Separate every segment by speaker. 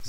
Speaker 1: This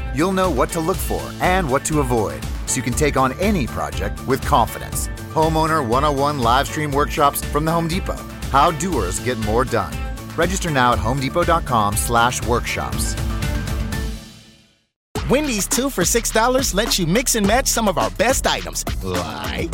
Speaker 2: You'll know what to look for and what to avoid so you can take on any project with confidence. Homeowner 101 live stream workshops from the Home Depot. How doers get more done. Register now at homedepot.com/workshops.
Speaker 3: Wendy's two for $6 lets you mix and match some of our best items, like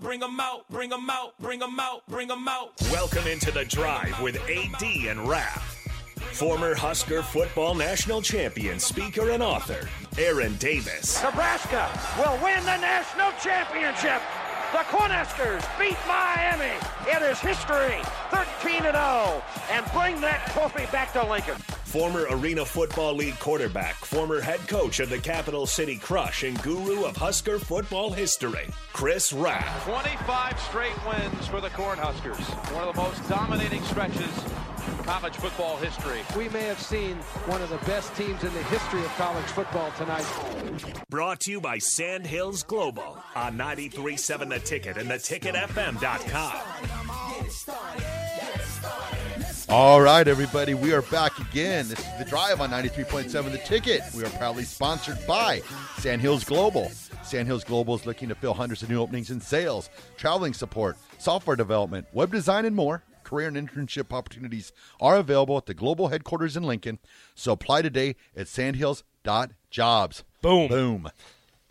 Speaker 4: Bring them out, bring them out, bring them out, bring them out.
Speaker 5: Welcome into the drive with AD and Raf. Former Husker football national champion, speaker, and author, Aaron Davis.
Speaker 6: Nebraska will win the national championship. The Cornhuskers beat Miami. It is history, 13 and 0, and bring that trophy back to Lincoln.
Speaker 5: Former Arena Football League quarterback, former head coach of the Capital City Crush, and guru of Husker football history, Chris Rapp.
Speaker 7: 25 straight wins for the Cornhuskers. One of the most dominating stretches in college football history.
Speaker 8: We may have seen one of the best teams in the history of college football tonight.
Speaker 5: Brought to you by Sand Hills Global on 937 The Ticket and theticketfm.com.
Speaker 9: All right, everybody, we are back again. This is the drive on 93.7 The Ticket. We are proudly sponsored by Sand Hills Global. Sand Hills Global is looking to fill hundreds of new openings in sales, traveling support, software development, web design, and more. Career and internship opportunities are available at the global headquarters in Lincoln. So apply today at sandhills.jobs.
Speaker 10: Boom.
Speaker 9: Boom.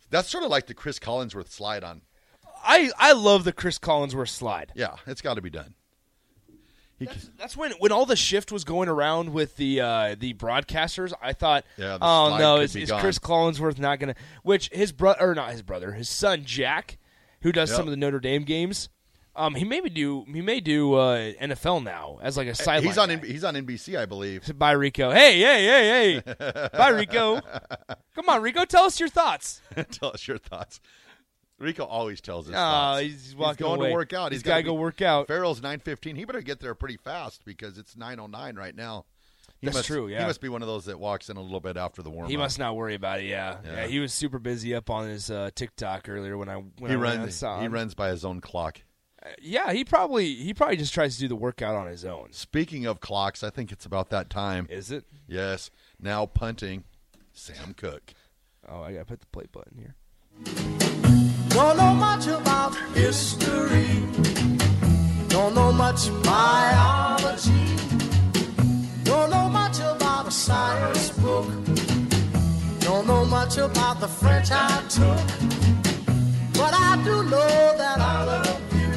Speaker 9: That's sort of like the Chris Collinsworth slide on.
Speaker 10: I, I love the Chris Collinsworth slide.
Speaker 9: Yeah, it's got to be done. He
Speaker 10: That's,
Speaker 9: can-
Speaker 10: that's when when all the shift was going around with the uh, the broadcasters. I thought,
Speaker 9: Yeah, the
Speaker 10: oh
Speaker 9: slide
Speaker 10: no,
Speaker 9: could
Speaker 10: is,
Speaker 9: be
Speaker 10: is
Speaker 9: gone."
Speaker 10: Chris Collinsworth not gonna? Which his brother or not his brother, his son Jack, who does some
Speaker 9: Yep.
Speaker 10: of the Notre Dame games. Um, he maybe do he may do uh, NFL now as like a sideline.
Speaker 9: he's on
Speaker 10: guy.
Speaker 9: N- he's on NBC, I believe.
Speaker 10: Said, Bye, Rico. Hey, hey, hey, hey. Bye, Rico. Come on, Rico. Tell us your thoughts.
Speaker 9: Tell us your thoughts. Rico always tells us.
Speaker 10: Oh,
Speaker 9: thoughts.
Speaker 10: he's walking
Speaker 9: going
Speaker 10: away.
Speaker 9: to work out.
Speaker 10: He's
Speaker 9: gotta
Speaker 10: gotta go
Speaker 9: be-
Speaker 10: work out.
Speaker 9: Farrell's nine fifteen. He better get there pretty fast because it's nine oh nine right now. He
Speaker 10: That's
Speaker 9: must,
Speaker 10: true,
Speaker 9: he
Speaker 10: yeah.
Speaker 9: must be one of those that walks in a little bit after the warm.
Speaker 10: He must not worry about it. Yeah. yeah,
Speaker 9: Yeah.
Speaker 10: He was super busy up on his uh, TikTok earlier when I when
Speaker 9: He
Speaker 10: I went
Speaker 9: runs.
Speaker 10: outside.
Speaker 9: He runs by his own clock.
Speaker 10: Yeah, he probably he probably just tries to do the workout on his own.
Speaker 9: Speaking of clocks, I think it's about that time.
Speaker 10: Is it?
Speaker 9: yes. Now punting, Sam Cook.
Speaker 10: Oh, I gotta put the play button here.
Speaker 11: Don't know much about history. Don't know much biology. Don't know much about a science book. Don't know much about the French I took. But I do know that I love you.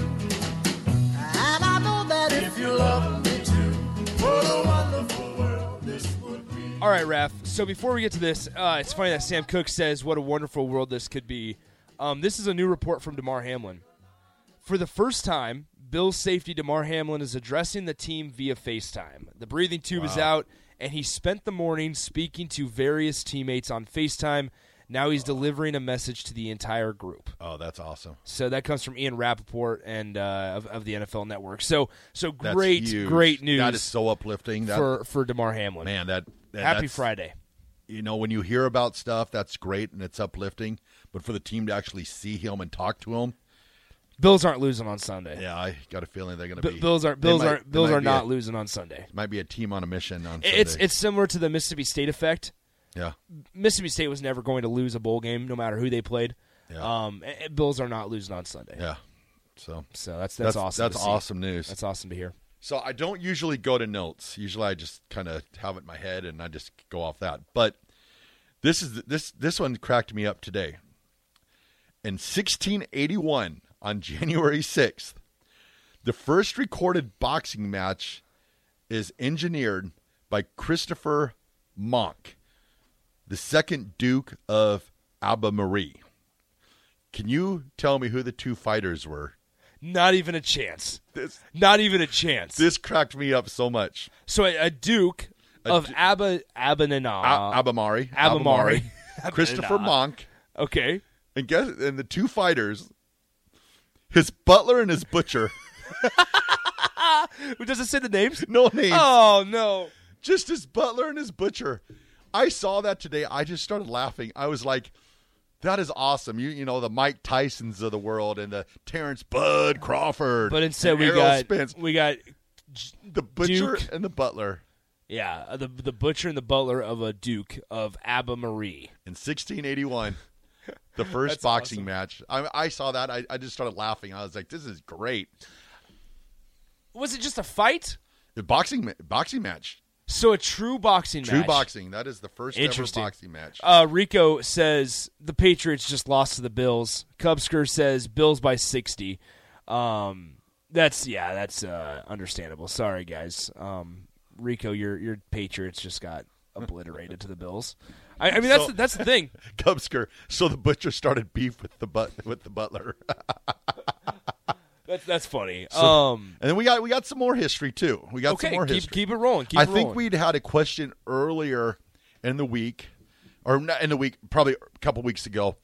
Speaker 11: And I know that if you love me too, what a wonderful world this would be.
Speaker 10: All right, Raph. So before we get to this, uh, it's funny that Sam Cook says what a wonderful world this could be. Um, this is a new report from Damar Hamlin. For the first time, Bill's safety Damar Hamlin is addressing the team via FaceTime. The breathing tube is out, and he spent the morning speaking to various teammates on FaceTime. Now he's delivering a message to the entire group.
Speaker 9: Oh, that's awesome.
Speaker 10: So that comes from Ian Rappaport and uh, of, of the NFL Network. So so
Speaker 9: That's
Speaker 10: great
Speaker 9: huge.
Speaker 10: great news
Speaker 9: That is so uplifting. That
Speaker 10: for for Demar Hamlin.
Speaker 9: man, that, that
Speaker 10: Happy
Speaker 9: that's-
Speaker 10: Friday.
Speaker 9: you know, when you hear about stuff, that's great and it's uplifting. But for the team to actually see him and talk to him,
Speaker 10: Bills aren't losing on Sunday.
Speaker 9: yeah, I got a feeling they're going to
Speaker 10: B-
Speaker 9: be.
Speaker 10: Bills aren't
Speaker 9: they
Speaker 10: Bills
Speaker 9: might-
Speaker 10: aren't
Speaker 9: they
Speaker 10: Bills
Speaker 9: might
Speaker 10: are
Speaker 9: be
Speaker 10: not
Speaker 9: a,
Speaker 10: losing on Sunday.
Speaker 9: Might be a team on a mission on.
Speaker 10: It's
Speaker 9: Sunday.
Speaker 10: it's similar to the Mississippi State effect.
Speaker 9: yeah.
Speaker 10: Mississippi State was never going to lose a bowl game, no matter who they played.
Speaker 9: Yeah.
Speaker 10: Um, eh, eh, Bills are not losing on Sunday.
Speaker 9: Yeah. So
Speaker 10: So that's that's, awesome.
Speaker 9: That's
Speaker 10: to see.
Speaker 9: awesome news.
Speaker 10: That's awesome to hear.
Speaker 9: so I don't usually go to notes. Usually I just kind of have it in my head and I just go off that. But this is this this one cracked me up today. In 1681, on January 6th. The first recorded boxing match is engineered by Christopher Monk, the second Duke of Albemarle. Can you tell me who the two fighters were?
Speaker 10: Not even a chance. Not even a chance.
Speaker 9: This cracked me up so much.
Speaker 10: So a, a Duke
Speaker 9: A
Speaker 10: of
Speaker 9: du-
Speaker 10: Abba Abanana.
Speaker 9: A- Abamari.
Speaker 10: Uh, Abamari.
Speaker 9: Christopher
Speaker 10: Abanana.
Speaker 9: Monk.
Speaker 10: Okay.
Speaker 9: And guess and the two fighters, his butler and his butcher.
Speaker 10: Does it say the names?
Speaker 9: No names.
Speaker 10: Oh no.
Speaker 9: Just his butler and his butcher. I saw that today. I just started laughing. I was like, that is awesome. You you know, the Mike Tysons of the world and the Terrence Bud Crawford.
Speaker 10: But instead
Speaker 9: and
Speaker 10: we
Speaker 9: Errol
Speaker 10: got
Speaker 9: Spence.
Speaker 10: we got
Speaker 9: the butcher
Speaker 10: Duke-
Speaker 9: and the butler.
Speaker 10: yeah uh, the the butcher and the butler of a Duke of Abamari.
Speaker 9: in 1681 the first
Speaker 10: That's
Speaker 9: boxing
Speaker 10: awesome.
Speaker 9: match I, I saw that I, I just started laughing i was like this is great
Speaker 10: Was it just a fight?
Speaker 9: the boxing ma- boxing match
Speaker 10: So a true boxing
Speaker 9: true
Speaker 10: match.
Speaker 9: boxing that is the first ever
Speaker 10: Interesting.
Speaker 9: boxing match
Speaker 10: Uh, Rico says the Patriots just lost to the Bills. Cubsker says Bills by sixty. Um, that's yeah, that's uh, understandable. Sorry guys. Um, Rico, your your Patriots just got obliterated to the Bills. I, I mean that's
Speaker 9: So-
Speaker 10: the, that's the thing.
Speaker 9: Cubsker. So the butcher started beef with the but with the butler.
Speaker 10: That's that's funny.
Speaker 9: So-
Speaker 10: um,
Speaker 9: and then we got we got some more history too. We got
Speaker 10: Okay,
Speaker 9: some more
Speaker 10: keep-
Speaker 9: history.
Speaker 10: keep it rolling, keep
Speaker 9: I
Speaker 10: it
Speaker 9: think
Speaker 10: rolling.
Speaker 9: we'd had a question earlier in the week, or not in the week, probably a couple weeks ago,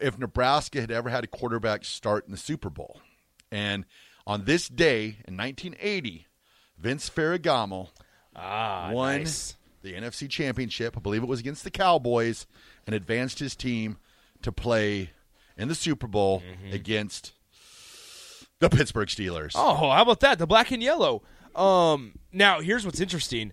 Speaker 9: if Nebraska had ever had a quarterback start in the Super Bowl. And on this day in 1980, Vince Ferragamo won
Speaker 10: Ah, nice.
Speaker 9: the NFC Championship. I believe it was against the Cowboys, and advanced his team to play in the Super Bowl against the Pittsburgh Steelers.
Speaker 10: Mm-hmm. Oh, how about that? The black and yellow. Um, now here's what's interesting.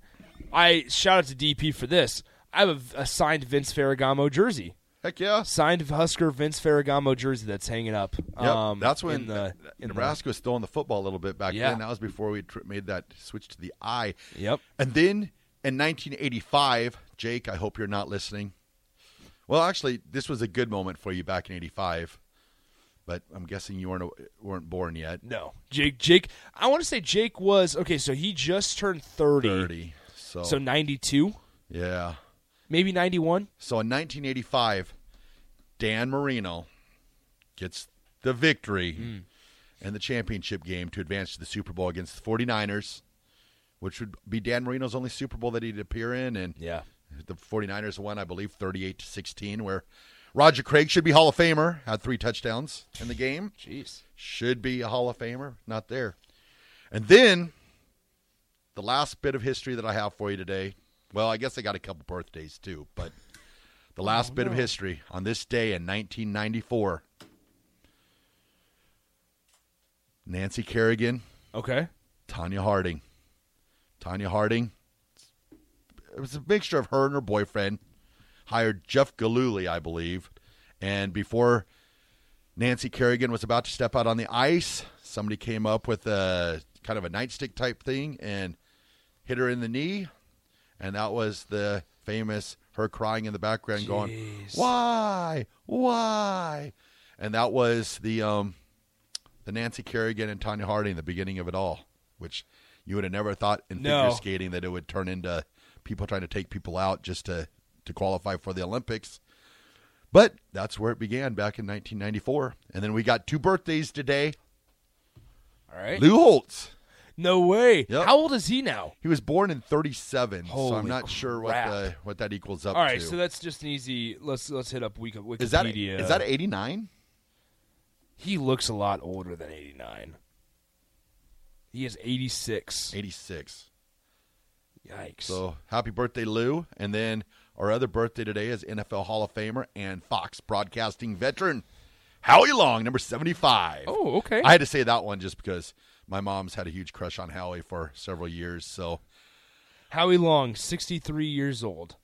Speaker 10: I shout out to DP for this. I have a, a signed Vince Ferragamo jersey.
Speaker 9: Heck yeah!
Speaker 10: Signed Husker Vince Ferragamo jersey that's hanging up.
Speaker 9: Yep,
Speaker 10: Um,
Speaker 9: that's when
Speaker 10: in the in the-
Speaker 9: Nebraska was throwing the football a little bit back
Speaker 10: Yeah.
Speaker 9: then. That was before we tr- made that switch to the eye.
Speaker 10: Yep.
Speaker 9: And then in 1985, Jake, I hope you're not listening. Well, actually, this was a good moment for you back in '85, but I'm guessing you weren't weren't born yet.
Speaker 10: No, Jake. Jake. I want to say Jake was okay. So he just turned thirty.
Speaker 9: thirty. So,
Speaker 10: Mm. So ninety two,
Speaker 9: yeah.
Speaker 10: maybe ninety one.
Speaker 9: So in 1985, Dan Marino gets the victory
Speaker 10: Hmm.
Speaker 9: in the championship game to advance to the Super Bowl against the 49ers, which would be Dan Marino's only Super Bowl that he'd appear in. And
Speaker 10: Yeah.
Speaker 9: the 49ers won, I believe, 38 to 16, where Roger Craig should be Hall of Famer, had three touchdowns in the game.
Speaker 10: Jeez.
Speaker 9: Should be a Hall of Famer, not there. And then the last bit of history that I have for you today. Well, I guess I got a couple birthdays too, but the last bit of history on this day in 1994. Nancy Kerrigan,
Speaker 10: Okay.
Speaker 9: Tanya Harding. Tanya Harding, it was a mixture of her and her boyfriend, hired Jeff Galooly, I believe. And before Nancy Kerrigan was about to step out on the ice, somebody came up with a kind of a nightstick type thing and hit her in the knee. And that was the famous her crying in the background going, Why? Why? And that was the um, the Nancy Kerrigan and Tanya Harding, the beginning of it all, which you would have never thought in
Speaker 10: No.
Speaker 9: figure skating that it would turn into people trying to take people out just to, to qualify for the Olympics. But that's where it began back in 1994. And then we got two birthdays today.
Speaker 10: All right.
Speaker 9: Lou Holtz.
Speaker 10: No way.
Speaker 9: Yep.
Speaker 10: How old is he now?
Speaker 9: He was born in 37, so I'm
Speaker 10: Holy
Speaker 9: not sure what
Speaker 10: crap.
Speaker 9: the, what that equals up
Speaker 10: All right.
Speaker 9: to.
Speaker 10: So that's just an easy. Let's let's hit up Wiki- Wikipedia.
Speaker 9: is that is that 89?
Speaker 10: He looks a lot older than 89. He is 86.
Speaker 9: 86.
Speaker 10: Yikes.
Speaker 9: So happy birthday, Lou! And then our other birthday today is NFL Hall of Famer and Fox broadcasting veteran Howie Long, number seventy-five.
Speaker 10: Oh, okay.
Speaker 9: I had to say that one just because my mom's had a huge crush on Howie for several years. So,
Speaker 10: Howie Long, 63 years old.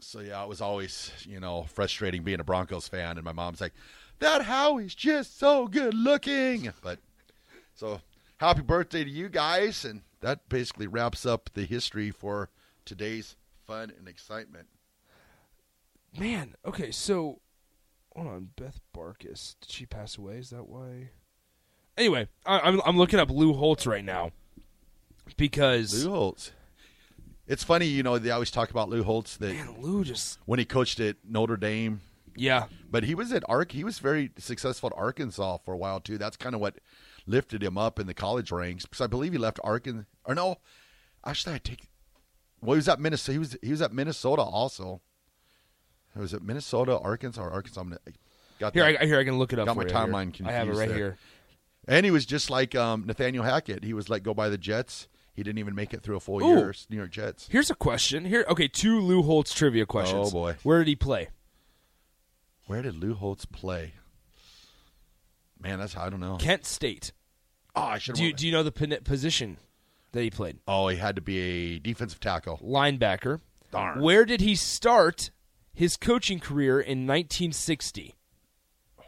Speaker 9: so yeah, it was always you know frustrating being a Broncos fan, and my mom's like, "That Howie's just so good looking." But so happy birthday to you guys, and that basically wraps up the history for today's fun and excitement.
Speaker 10: Man, okay, so hold on. Beth Barkis, did she pass away? Is that why? Anyway, I, I'm I'm looking up Lou Holtz right now because
Speaker 9: Lou Holtz. It's funny, you know, they always talk about Lou Holtz that
Speaker 10: Lou just
Speaker 9: when he coached at Notre Dame.
Speaker 10: Yeah.
Speaker 9: But he was at Ark he was very successful at Arkansas for a while too. That's kind of what lifted him up in the college ranks because I believe he left Arkansas or no, actually I take well he was at Minnesota he was he was at Minnesota also. It was it Minnesota, Arkansas, or Arkansas? I'm gonna- Got
Speaker 10: Here,
Speaker 9: that-
Speaker 10: I- here, I can look it up
Speaker 9: Got
Speaker 10: for
Speaker 9: my
Speaker 10: you here.
Speaker 9: timeline confused.
Speaker 10: I have it right
Speaker 9: there.
Speaker 10: here.
Speaker 9: And he was just like um, Nathaniel Hackett. He was let go by the Jets. He didn't even make it through a full
Speaker 10: Ooh.
Speaker 9: year. New York Jets.
Speaker 10: Here's a question. Here, okay, two Lou Holtz trivia questions.
Speaker 9: Oh, boy.
Speaker 10: where did he play?
Speaker 9: Where did Lou Holtz play? Man, that's I don't know.
Speaker 10: Kent State.
Speaker 9: Oh, I should.
Speaker 10: Do you, do you know the pin- position that he played?
Speaker 9: Oh, he had to be a defensive tackle,
Speaker 10: linebacker.
Speaker 9: Darn.
Speaker 10: Where did he start his coaching career in 1960?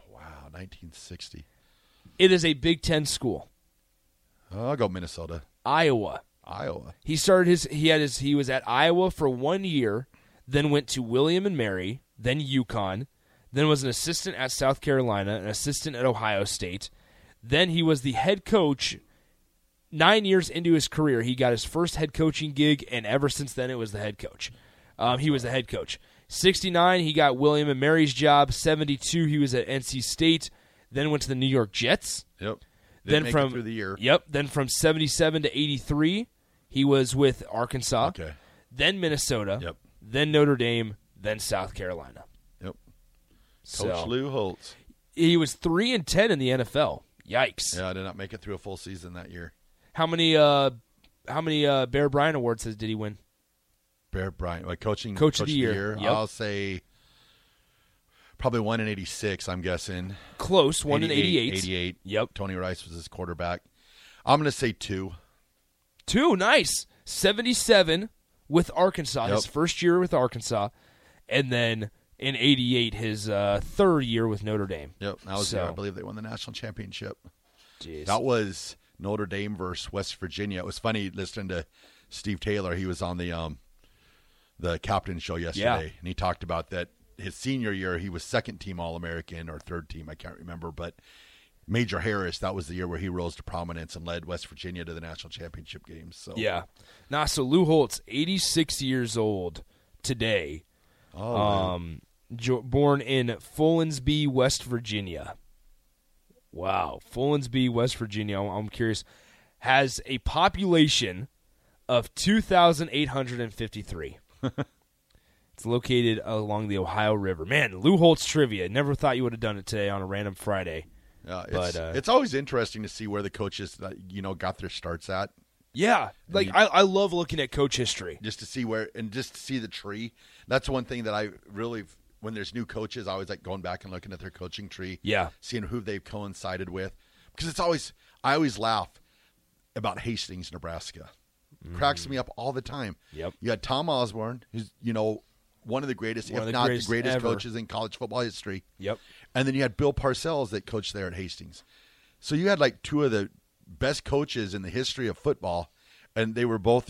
Speaker 9: Wow, 1960.
Speaker 10: It is a Big Ten school,
Speaker 9: I'll go Minnesota,
Speaker 10: Iowa.
Speaker 9: Iowa.
Speaker 10: He started his he had his he was at Iowa for one year, then went to William and Mary, then Yukon, then was an assistant at South Carolina, an assistant at Ohio State. Then he was the head coach. Nine years into his career, he got his first head coaching gig, and ever since then, it was the head coach. Um, he was the head coach. 69, he got William and Mary's job. 72, he was at NC State, then went to the New York Jets.
Speaker 9: Yep. Didn't
Speaker 10: Then
Speaker 9: make it
Speaker 10: from
Speaker 9: through the year.
Speaker 10: Yep. Then from 77 to 83, he was with Arkansas.
Speaker 9: Okay.
Speaker 10: Then Minnesota.
Speaker 9: Yep.
Speaker 10: Then Notre Dame. Then South Carolina.
Speaker 9: Yep. Coach
Speaker 10: So-
Speaker 9: Lou Holtz.
Speaker 10: He was three and ten in the NFL. Yikes!
Speaker 9: Yeah, I did not make it through a full season that year.
Speaker 10: How many? Uh, how many uh, Bear Bryant awards has, did he win?
Speaker 9: Bear Bryant, like coaching
Speaker 10: Coach of the year. Yep.
Speaker 9: I'll say probably one in eighty six. I'm guessing
Speaker 10: Close, one in 88.
Speaker 9: 88.
Speaker 10: Yep.
Speaker 9: Tony Rice was his quarterback. I'm going to say two.
Speaker 10: Two. Nice. Seventy-seven with Arkansas. His
Speaker 9: Yep.
Speaker 10: first year with Arkansas, and then in '88, his uh, third year with Notre Dame.
Speaker 9: Yep, that was the
Speaker 10: so,
Speaker 9: year I believe they won the national championship.
Speaker 10: Jeez.
Speaker 9: That was Notre Dame versus West Virginia. It was funny listening to Steve Taylor. He was on the um the captain show yesterday, and he talked about that his senior year he was second team All American or third team, I can't remember, but Major Harris, that was the year where he rose to prominence and led West Virginia to the national championship game. So
Speaker 10: Yeah. Nah, so Lou Holtz, 86 years old today.
Speaker 9: Oh,
Speaker 10: um, jo- born in Folensby, West Virginia. Wow. Folensby, West Virginia. I'm, I'm curious. Has a population of 2,853. it's located along the Ohio River. Man, Lou Holtz trivia. Never thought you would have done it today on a random Friday.
Speaker 9: Uh, it's,
Speaker 10: But, uh,
Speaker 9: it's always interesting to see where the coaches that you know got their starts at.
Speaker 10: Yeah, like
Speaker 9: mean-
Speaker 10: I, I love looking at coach history.
Speaker 9: just to see where and just to see the tree. That's one thing that I really when there's new coaches, I always like going back and looking at their coaching tree.
Speaker 10: Yeah.
Speaker 9: seeing who they've coincided with because it's always I always laugh about Hastings, Nebraska. Cracks me up all the time.
Speaker 10: Mm. Yep.
Speaker 9: You had Tom Osborne, who's you know one of the greatest,
Speaker 10: One
Speaker 9: if
Speaker 10: of the
Speaker 9: not
Speaker 10: greatest
Speaker 9: the greatest
Speaker 10: ever.
Speaker 9: coaches in college football history.
Speaker 10: Yep.
Speaker 9: And then you had Bill Parcells that coached there at Hastings. So you had like two of the best coaches in the history of football, and they were both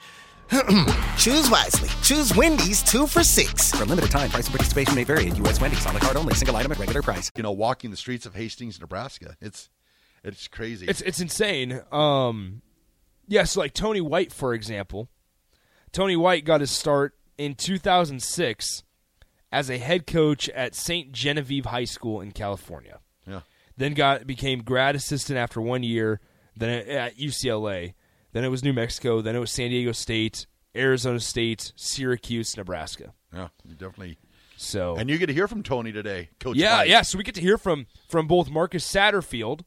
Speaker 3: Choose wisely. Choose Wendy's two for six.
Speaker 12: For a limited time, price and participation may vary at U.S. Wendy's on the card only, single item at regular price.
Speaker 9: you know walking the streets of Hastings, Nebraska. It's it's crazy.
Speaker 10: It's it's insane. Um, yeah, so like Tony White, for example, Tony White got his start in 2006 as a head coach at St. Genevieve High School in California.
Speaker 9: yeah.
Speaker 10: Then got became grad assistant after one year. Then at UCLA. Then it was New Mexico. Then it was San Diego State, Arizona State, Syracuse, Nebraska.
Speaker 9: Yeah, you definitely.
Speaker 10: So
Speaker 9: And you get to hear from Tony today, Coach.
Speaker 10: Oh. yeah,
Speaker 9: White,
Speaker 10: yeah. So we get to hear from from both Marcus Satterfield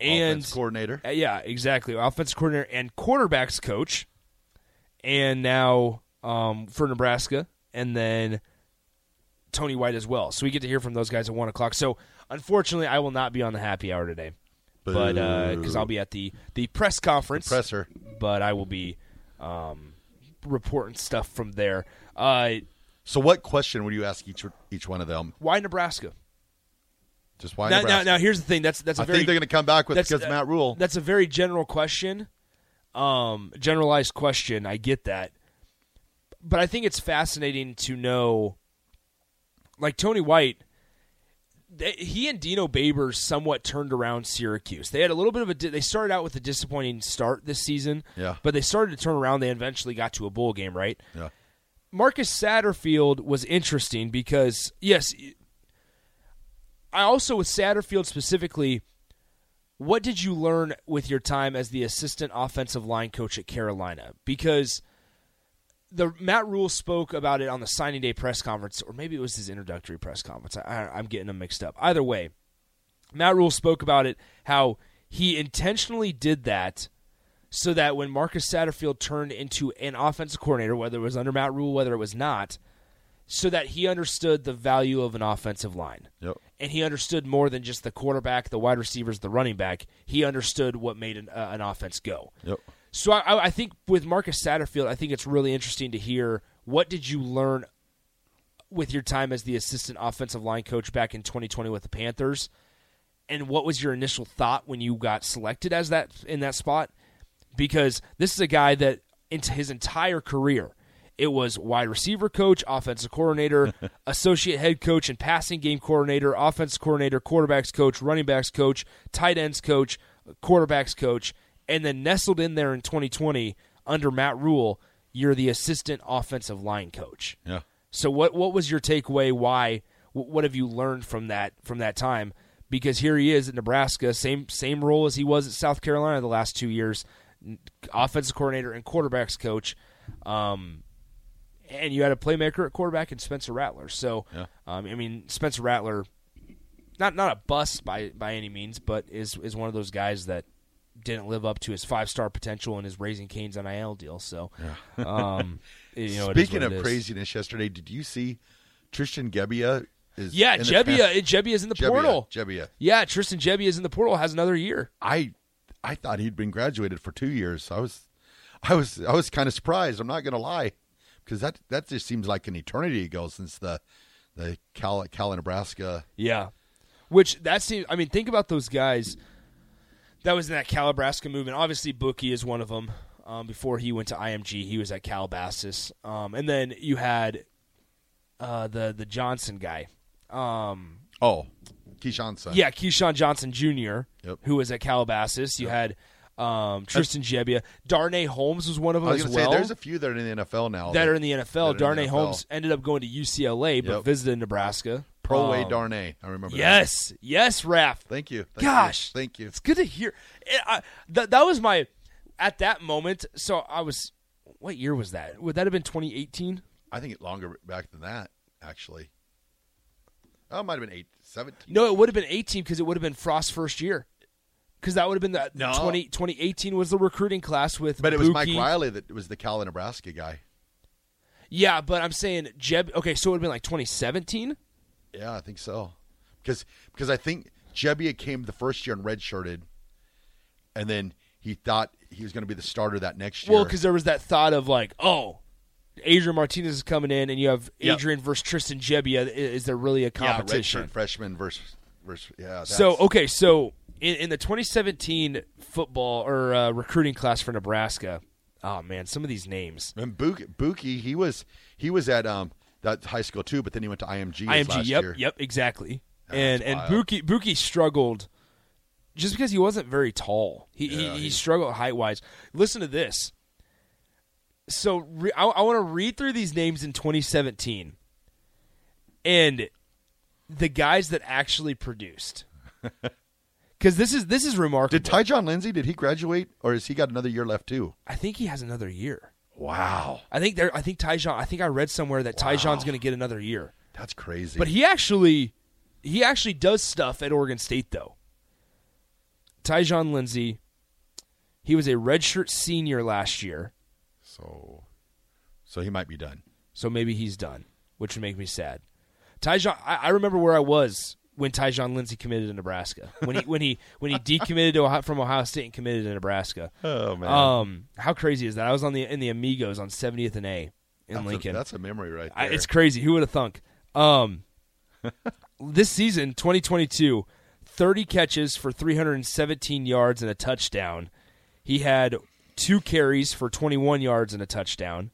Speaker 10: and
Speaker 9: offense coordinator.
Speaker 10: Uh, yeah, exactly. Offensive coordinator and quarterbacks coach, and now um, for Nebraska, and then Tony White as well. So we get to hear from those guys at one o'clock. So unfortunately, I will not be on the happy hour today, but uh, because
Speaker 9: Boo.
Speaker 10: I'll be at the the press conference,
Speaker 9: presser.
Speaker 10: but I will be um, report and stuff from there. Uh,
Speaker 9: so, what question would you ask each each one of them?
Speaker 10: Why Nebraska?
Speaker 9: Just why
Speaker 10: now,
Speaker 9: Nebraska?
Speaker 10: Now, now here's the thing. That's that's. A
Speaker 9: I
Speaker 10: very,
Speaker 9: think they're going to come back with
Speaker 10: that's-
Speaker 9: because
Speaker 10: uh,
Speaker 9: Matt Rule.
Speaker 10: That's a very general question, um, generalized question. I get that, but I think it's fascinating to know, like Tony White. They, he and Dino Babers somewhat turned around Syracuse. They had a little bit of a. di- They started out with a disappointing start this season.
Speaker 9: Yeah.
Speaker 10: But they started to turn around. They eventually got to a bowl game, right?
Speaker 9: Yeah.
Speaker 10: Marcus Satterfield was interesting because yes, I also with Satterfield specifically. What did you learn with your time as the assistant offensive line coach at Carolina? Because the Matt Rule spoke about it on the signing day press conference, or maybe it was his introductory press conference. I, I, I'm getting them mixed up. Either way, Matt Rule spoke about it how he intentionally did that so that when Marcus Satterfield turned into an offensive coordinator, whether it was under Matt Rule, whether it was not, so that he understood the value of an offensive line.
Speaker 9: Yep.
Speaker 10: And he understood more than just the quarterback, the wide receivers, the running back. He understood what made an, uh, an offense go.
Speaker 9: Yep.
Speaker 10: So I- I, I think with Marcus Satterfield, I think it's really interesting to hear what did you learn with your time as the assistant offensive line coach back in 2020 with the Panthers, and what was your initial thought when you got selected as that in that spot? Because this is a guy that into his entire career, it was wide receiver coach, offensive coordinator, associate head coach, and passing game coordinator, offense coordinator, quarterbacks coach, running backs coach, tight ends coach, quarterbacks coach, and then nestled in there in 2020 under Matt Rule, you're the assistant offensive line coach.
Speaker 9: Yeah.
Speaker 10: So what what was your takeaway? Why? Wh- What have you learned from that from that time? Because here he is at Nebraska, same same role as he was at South Carolina the last two years, n- offensive coordinator and quarterbacks coach. Um, and you had a playmaker at quarterback and Spencer Rattler. So,
Speaker 9: Yeah.
Speaker 10: um, I mean, Spencer Rattler, not not a bust by by any means, but is is one of those guys that didn't live up to his five star potential and his raising canes on IL deal. So, um, you know, it is
Speaker 9: Speaking of
Speaker 10: what it is.
Speaker 9: craziness, yesterday, did you see Tristan Gebbia? Is
Speaker 10: Yeah,
Speaker 9: in the
Speaker 10: Jebbia.
Speaker 9: trans-
Speaker 10: Jebbia is in the
Speaker 9: Jebbia,
Speaker 10: portal.
Speaker 9: Jebbia.
Speaker 10: Yeah, Tristan Jebbia is in the portal. Has another year.
Speaker 9: I I thought he'd been graduated for two years. I was I was I was kind of surprised. I'm not going to lie, because that that just seems like an eternity ago since the the Cal Cal Nebraska.
Speaker 10: Yeah. Which that seems. I mean, think about those guys. That was in that Calabrasca movement. Obviously, Bookie is one of them. Um, before he went to IMG, he was at Calabasas. Um, and then you had uh, the the Johnson guy. Um,
Speaker 9: Oh, Keyshawn Sutton.
Speaker 10: yeah, Keyshawn Johnson Jr.,
Speaker 9: Yep.
Speaker 10: who was at Calabasas. You had um, Tristan Jebbia. Darnay Holmes was one of
Speaker 9: I
Speaker 10: them
Speaker 9: was
Speaker 10: as
Speaker 9: going to
Speaker 10: well.
Speaker 9: say there's a few that are in the NFL now
Speaker 10: that are in the
Speaker 9: that are
Speaker 10: NFL.
Speaker 9: in the
Speaker 10: Darnay
Speaker 9: NFL.
Speaker 10: Holmes ended up going to UCLA, but
Speaker 9: Yep.
Speaker 10: visited Nebraska.
Speaker 9: Pro Way
Speaker 10: Um,
Speaker 9: Darnay. I remember. that.
Speaker 10: Yes, yes, Raph.
Speaker 9: Thank you. Thank you.
Speaker 10: Gosh,
Speaker 9: Thank you.
Speaker 10: It's good to hear. It, I, that that was my at that moment. So I was. What year was that? Would that have been 2018?
Speaker 9: I think it longer back than that actually. Oh, it might have been eight, 17.
Speaker 10: No, it would have been 18 because it would have been Frost's first year. Because that would have been the
Speaker 9: No.
Speaker 10: 20, 2018 was the recruiting class with.
Speaker 9: But it was Mike
Speaker 10: Buki.
Speaker 9: Riley that was the Cal Nebraska guy.
Speaker 10: Yeah, but I'm saying Jeb. Okay, so it would have been like 2017.
Speaker 9: Yeah, I think so. Because because I think Jebbia came the first year and redshirted, and then he thought he was going to be the starter that next year.
Speaker 10: Well, because there was that thought of like, oh, Adrian Martinez is coming in, and you have
Speaker 9: Yep.
Speaker 10: Adrian versus Tristan Jebbia. I- Is there really a
Speaker 9: yeah,
Speaker 10: competition?
Speaker 9: redshirt freshman versus versus yeah. that's-
Speaker 10: so okay, so in, in the 2017 football or uh, recruiting class for Nebraska, oh man, some of these names.
Speaker 9: and Buki, Buki he was he was at um that high school too, but then he went to IMG. his
Speaker 10: IMG,
Speaker 9: last
Speaker 10: yep,
Speaker 9: year.
Speaker 10: yep, exactly. and and
Speaker 9: wild.
Speaker 10: Buki Buki struggled just because he wasn't very tall. He
Speaker 9: Yeah,
Speaker 10: he, he
Speaker 9: he-
Speaker 10: struggled height wise. Listen to this. So re- I, I want to read through these names in 2017, and the guys that actually produced. Because this is this is remarkable.
Speaker 9: Did Ty John Lindsay? Did he graduate, or has he got another year left too?
Speaker 10: I think he has another year.
Speaker 9: Wow,
Speaker 10: I think there. I think Tyjon. I think I read somewhere that wow. Tyjon's going to get another year.
Speaker 9: that's crazy.
Speaker 10: But he actually he actually does stuff at Oregon State though. Tyjon Lindsey, he was a redshirt senior last year,
Speaker 9: so so he might be done.
Speaker 10: so maybe he's done, which would make me sad. Tyjon, I, I remember where I was when Tyjon Lindsey committed to Nebraska. When he when he when he decommitted to Ohio, from Ohio State and committed to Nebraska.
Speaker 9: Oh, man.
Speaker 10: Um, how crazy is that? I was on the in the Amigos on 70th and A in
Speaker 9: That's a-
Speaker 10: Lincoln.
Speaker 9: that's a memory right
Speaker 10: I- it's
Speaker 9: there.
Speaker 10: crazy. Who would have thunk? Um, this season 2022, 30 catches for 317 yards and a touchdown. He had two carries for 21 yards and a touchdown.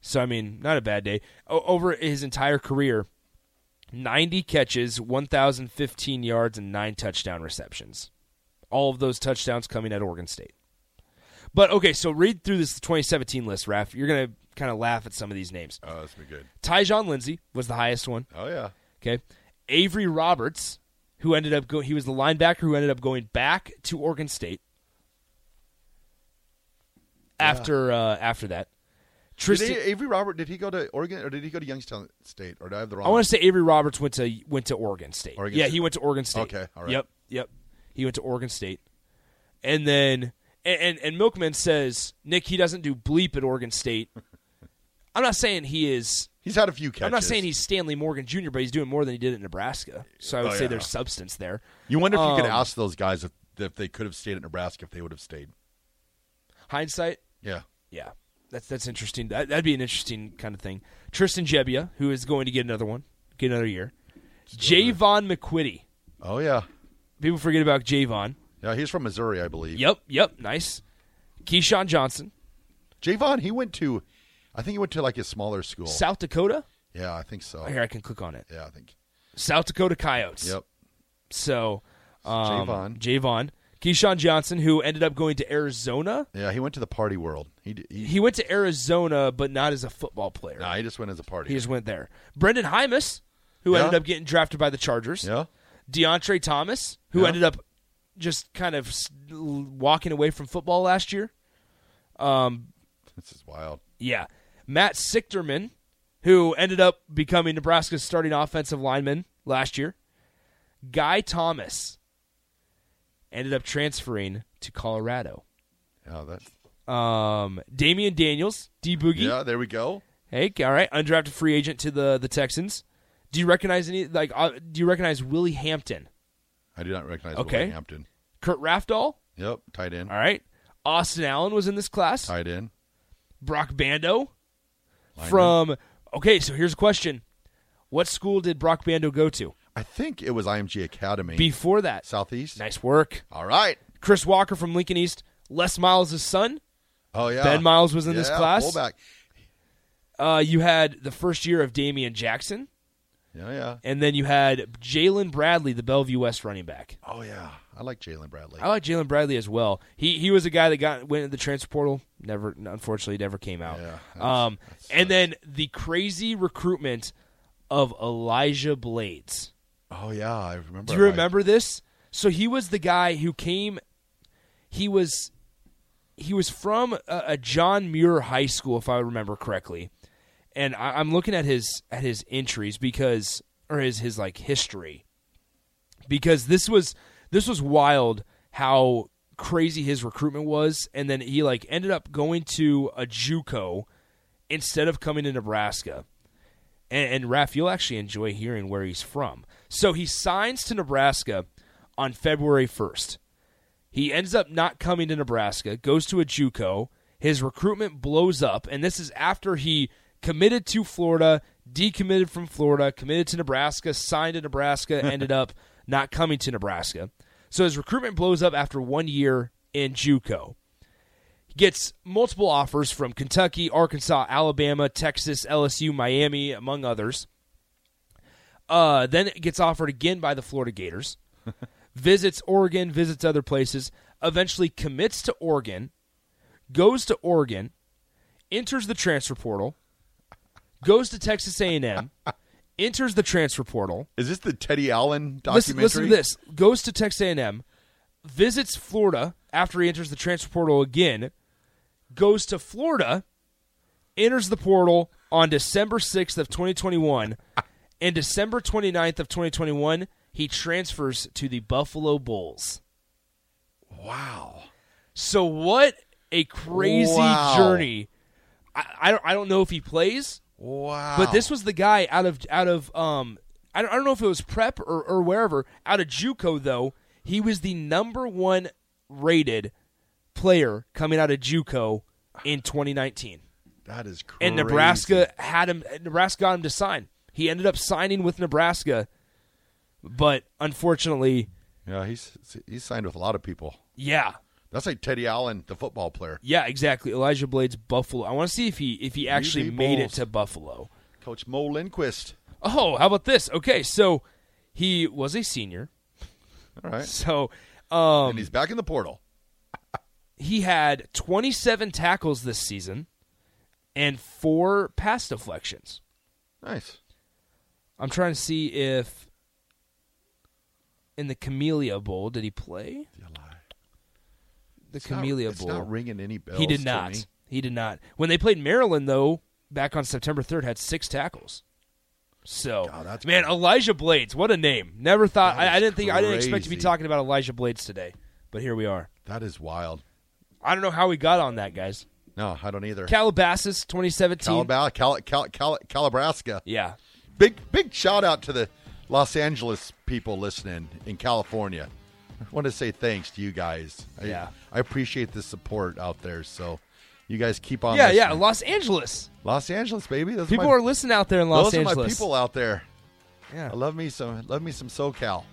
Speaker 10: So I mean, not a bad day. O- over his entire career, 90 catches, 1,015 yards, and nine touchdown receptions. All of those touchdowns coming at Oregon State. But okay, so read through this 2017 list, Raph. You're gonna kind of laugh at some of these names.
Speaker 9: Oh, that's been good.
Speaker 10: Tyjon Lindsey was the highest one.
Speaker 9: Oh yeah.
Speaker 10: Okay. Avery Roberts, who ended up go- he was the linebacker who ended up going back to Oregon State after uh, after that. Tristan,
Speaker 9: Did he- Avery Robert, did he go to Oregon or did he go to Youngstown State? Or did I have the wrong?
Speaker 10: I want to say Avery Roberts went to went to Oregon State.
Speaker 9: Oregon
Speaker 10: yeah,
Speaker 9: State.
Speaker 10: he went to Oregon State.
Speaker 9: Okay, all right.
Speaker 10: Yep, yep. He went to Oregon State, and then and and, and Milkman says Nick he doesn't do bleep at Oregon State. I'm not saying he is.
Speaker 9: He's had a few catches.
Speaker 10: I'm not saying he's Stanley Morgan Jr., but he's doing more than he did at Nebraska. So I would
Speaker 9: Oh,
Speaker 10: say
Speaker 9: yeah.
Speaker 10: there's substance there.
Speaker 9: You wonder if you could
Speaker 10: Um,
Speaker 9: ask those guys if, if they could have stayed at Nebraska if they would have stayed.
Speaker 10: hindsight.
Speaker 9: Yeah.
Speaker 10: Yeah, that's that's interesting. That, that'd be an interesting kind of thing. Tristan Jebbia, who is going to get another one, get another year. Javon McQuitty.
Speaker 9: Oh yeah.
Speaker 10: People forget about Javon.
Speaker 9: Yeah, he's from Missouri, I believe.
Speaker 10: Yep, yep, nice. Keyshawn Johnson.
Speaker 9: Javon, he went to, I think he went to like a smaller school.
Speaker 10: South Dakota.
Speaker 9: Yeah, I think so.
Speaker 10: Here I can click on it.
Speaker 9: Yeah, I think.
Speaker 10: South Dakota Coyotes.
Speaker 9: Yep.
Speaker 10: So, um,
Speaker 9: Javon.
Speaker 10: Javon. Keyshawn Johnson, who ended up going to Arizona.
Speaker 9: Yeah, he went to the party world. He d- he,
Speaker 10: He went to Arizona, but not as a football player.
Speaker 9: nah, he just went as a party.
Speaker 10: He just went there. Brendan Hymus, who
Speaker 9: Yeah.
Speaker 10: ended up getting drafted by the Chargers.
Speaker 9: Yeah.
Speaker 10: DeAndre Thomas, who
Speaker 9: Yeah.
Speaker 10: ended up just kind of s- l- walking away from football last year. Um,
Speaker 9: this is wild.
Speaker 10: Yeah. Matt Sichterman, who ended up becoming Nebraska's starting offensive lineman last year. Guy Thomas ended up transferring to Colorado.
Speaker 9: Yeah, that.
Speaker 10: Um, Damian Daniels, D Boogie.
Speaker 9: Yeah, there we go.
Speaker 10: Hey, all right, undrafted free agent to the the Texans. Do you recognize any like? Uh, do you recognize Willie Hampton?
Speaker 9: I do not recognize
Speaker 10: Okay.
Speaker 9: Willie Hampton.
Speaker 10: Kurt Raftall.
Speaker 9: Yep, tight end.
Speaker 10: All right, Austin Allen was in this class.
Speaker 9: Tight end.
Speaker 10: Brock Bando
Speaker 9: Lineman.
Speaker 10: from. Okay, so here's a question: What school did Brock Bando go to?
Speaker 9: I think it was IMG Academy.
Speaker 10: Before that,
Speaker 9: Southeast.
Speaker 10: Nice work.
Speaker 9: All right.
Speaker 10: Chris Walker from Lincoln East. Les Miles' son.
Speaker 9: Oh yeah.
Speaker 10: Ben Miles was in this
Speaker 9: Yeah,
Speaker 10: class.
Speaker 9: Fullback.
Speaker 10: Uh, you had the first year of Damian Jackson,
Speaker 9: Yeah, yeah.
Speaker 10: and then you had Jalen Bradley, the Bellevue West running back.
Speaker 9: Oh yeah. I like Jalen Bradley.
Speaker 10: I like Jalen Bradley as well. He he was a guy that got went in the transfer portal. Never, unfortunately, never came out. um, and then the crazy recruitment of Elijah Blades.
Speaker 9: Oh yeah, I remember.
Speaker 10: Do you
Speaker 9: Elijah.
Speaker 10: remember this? So he was the guy who came. He was, he was from a, a John Muir High School, if I remember correctly. And I, I'm looking at his at his entries because, or his his like history, because this was this was wild how crazy his recruitment was, and then he like ended up going to a JUCO instead of coming to Nebraska and, and Raph, you'll actually enjoy hearing where he's from. So he signs to Nebraska on February 1st. He ends up not coming to Nebraska, goes to a JUCO. His recruitment blows up, and this is after he committed to Florida, decommitted from Florida, committed to Nebraska, signed to Nebraska, ended up not coming to Nebraska. So his recruitment blows up after one year in JUCO gets multiple offers from Kentucky, Arkansas, Alabama, Texas, LSU, Miami, among others. Uh, then it gets offered again by the Florida Gators. visits Oregon, visits other places. Eventually commits to Oregon, goes to Oregon, enters the transfer portal, goes to Texas A&M, enters the transfer portal.
Speaker 9: Is this the Teddy Allen
Speaker 10: Listen,
Speaker 9: documentary?
Speaker 10: listen to this. Goes to Texas A&M, visits Florida after he enters the transfer portal again, goes to Florida, enters the portal on December 6th of 2021, and December 29th of 2021, he transfers to the Buffalo Bulls.
Speaker 9: Wow.
Speaker 10: So what a crazy
Speaker 9: Wow.
Speaker 10: journey. I, I don't I don't know if he plays,
Speaker 9: Wow.
Speaker 10: but this was the guy out of out of um I don't, I don't know if it was prep or, or wherever out of JUCO though. He was the number one rated player coming out of JUCO in 2019.
Speaker 9: That is crazy.
Speaker 10: And Nebraska had him. Nebraska got him to sign. He ended up signing with Nebraska, but unfortunately,
Speaker 9: Yeah, he's he's signed with a lot of people.
Speaker 10: yeah,
Speaker 9: That's like Teddy Allen, the football player.
Speaker 10: yeah, exactly. Elijah Blades Buffalo. I want to see if he if he actually
Speaker 9: UV
Speaker 10: made it
Speaker 9: Bulls.
Speaker 10: to Buffalo.
Speaker 9: Coach Mo Lindquist.
Speaker 10: Oh, how about this? Okay, so he was a senior.
Speaker 9: All right.
Speaker 10: So, um,
Speaker 9: and he's back in the portal.
Speaker 10: He had 27 tackles this season and four pass deflections.
Speaker 9: Nice.
Speaker 10: I'm trying to see if in the Camellia Bowl did he play? The
Speaker 9: It's not-
Speaker 10: Camellia
Speaker 9: it's
Speaker 10: Bowl.
Speaker 9: not ringing any bells
Speaker 10: He
Speaker 9: to
Speaker 10: did not.
Speaker 9: me.
Speaker 10: He did not. When they played Maryland, though, back on September 3rd, had six tackles. So, man, Elijah Blades, what a name! Never thought I, I didn't think I didn't expect to be
Speaker 9: crazy.
Speaker 10: talking about Elijah Blades today, but here we are.
Speaker 9: That is wild.
Speaker 10: I don't know how we got on that, guys.
Speaker 9: No, I don't either.
Speaker 10: Calabasas, 2017.
Speaker 9: Calabal, Cal, Cal, Cal, Calabrasca.
Speaker 10: Yeah.
Speaker 9: Big big shout out to the Los Angeles people listening in California. I want to say thanks to you guys. I,
Speaker 10: Yeah.
Speaker 9: I appreciate the support out there. So you guys keep on.
Speaker 10: yeah,
Speaker 9: listening.
Speaker 10: yeah, Los Angeles.
Speaker 9: Los Angeles, baby. Those
Speaker 10: People
Speaker 9: my,
Speaker 10: are listening out there in Los
Speaker 9: those are my
Speaker 10: Angeles.
Speaker 9: people out there.
Speaker 10: Yeah.
Speaker 9: I love me some love me some SoCal.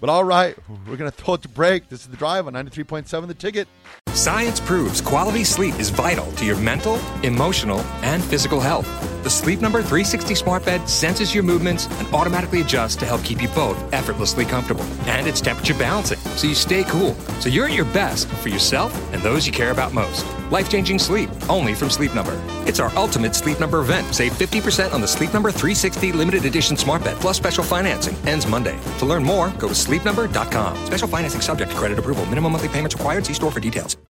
Speaker 9: But all right, we're gonna throw it to break. This is the drive on 93.7 the ticket.
Speaker 13: Science proves quality sleep is vital to your mental, emotional, and physical health. The Sleep Number 360 smart bed senses your movements and automatically adjusts to help keep you both effortlessly comfortable. And it's temperature balancing, so you stay cool. So you're at your best for yourself and those you care about most. Life changing sleep, only from Sleep Number. It's our ultimate Sleep Number event. Save 50% on the Sleep Number 360 limited edition smart bed plus special financing. Ends Monday. To learn more, go to sleepnumber.com. Special financing subject to credit approval. Minimum monthly payments required. See store for details.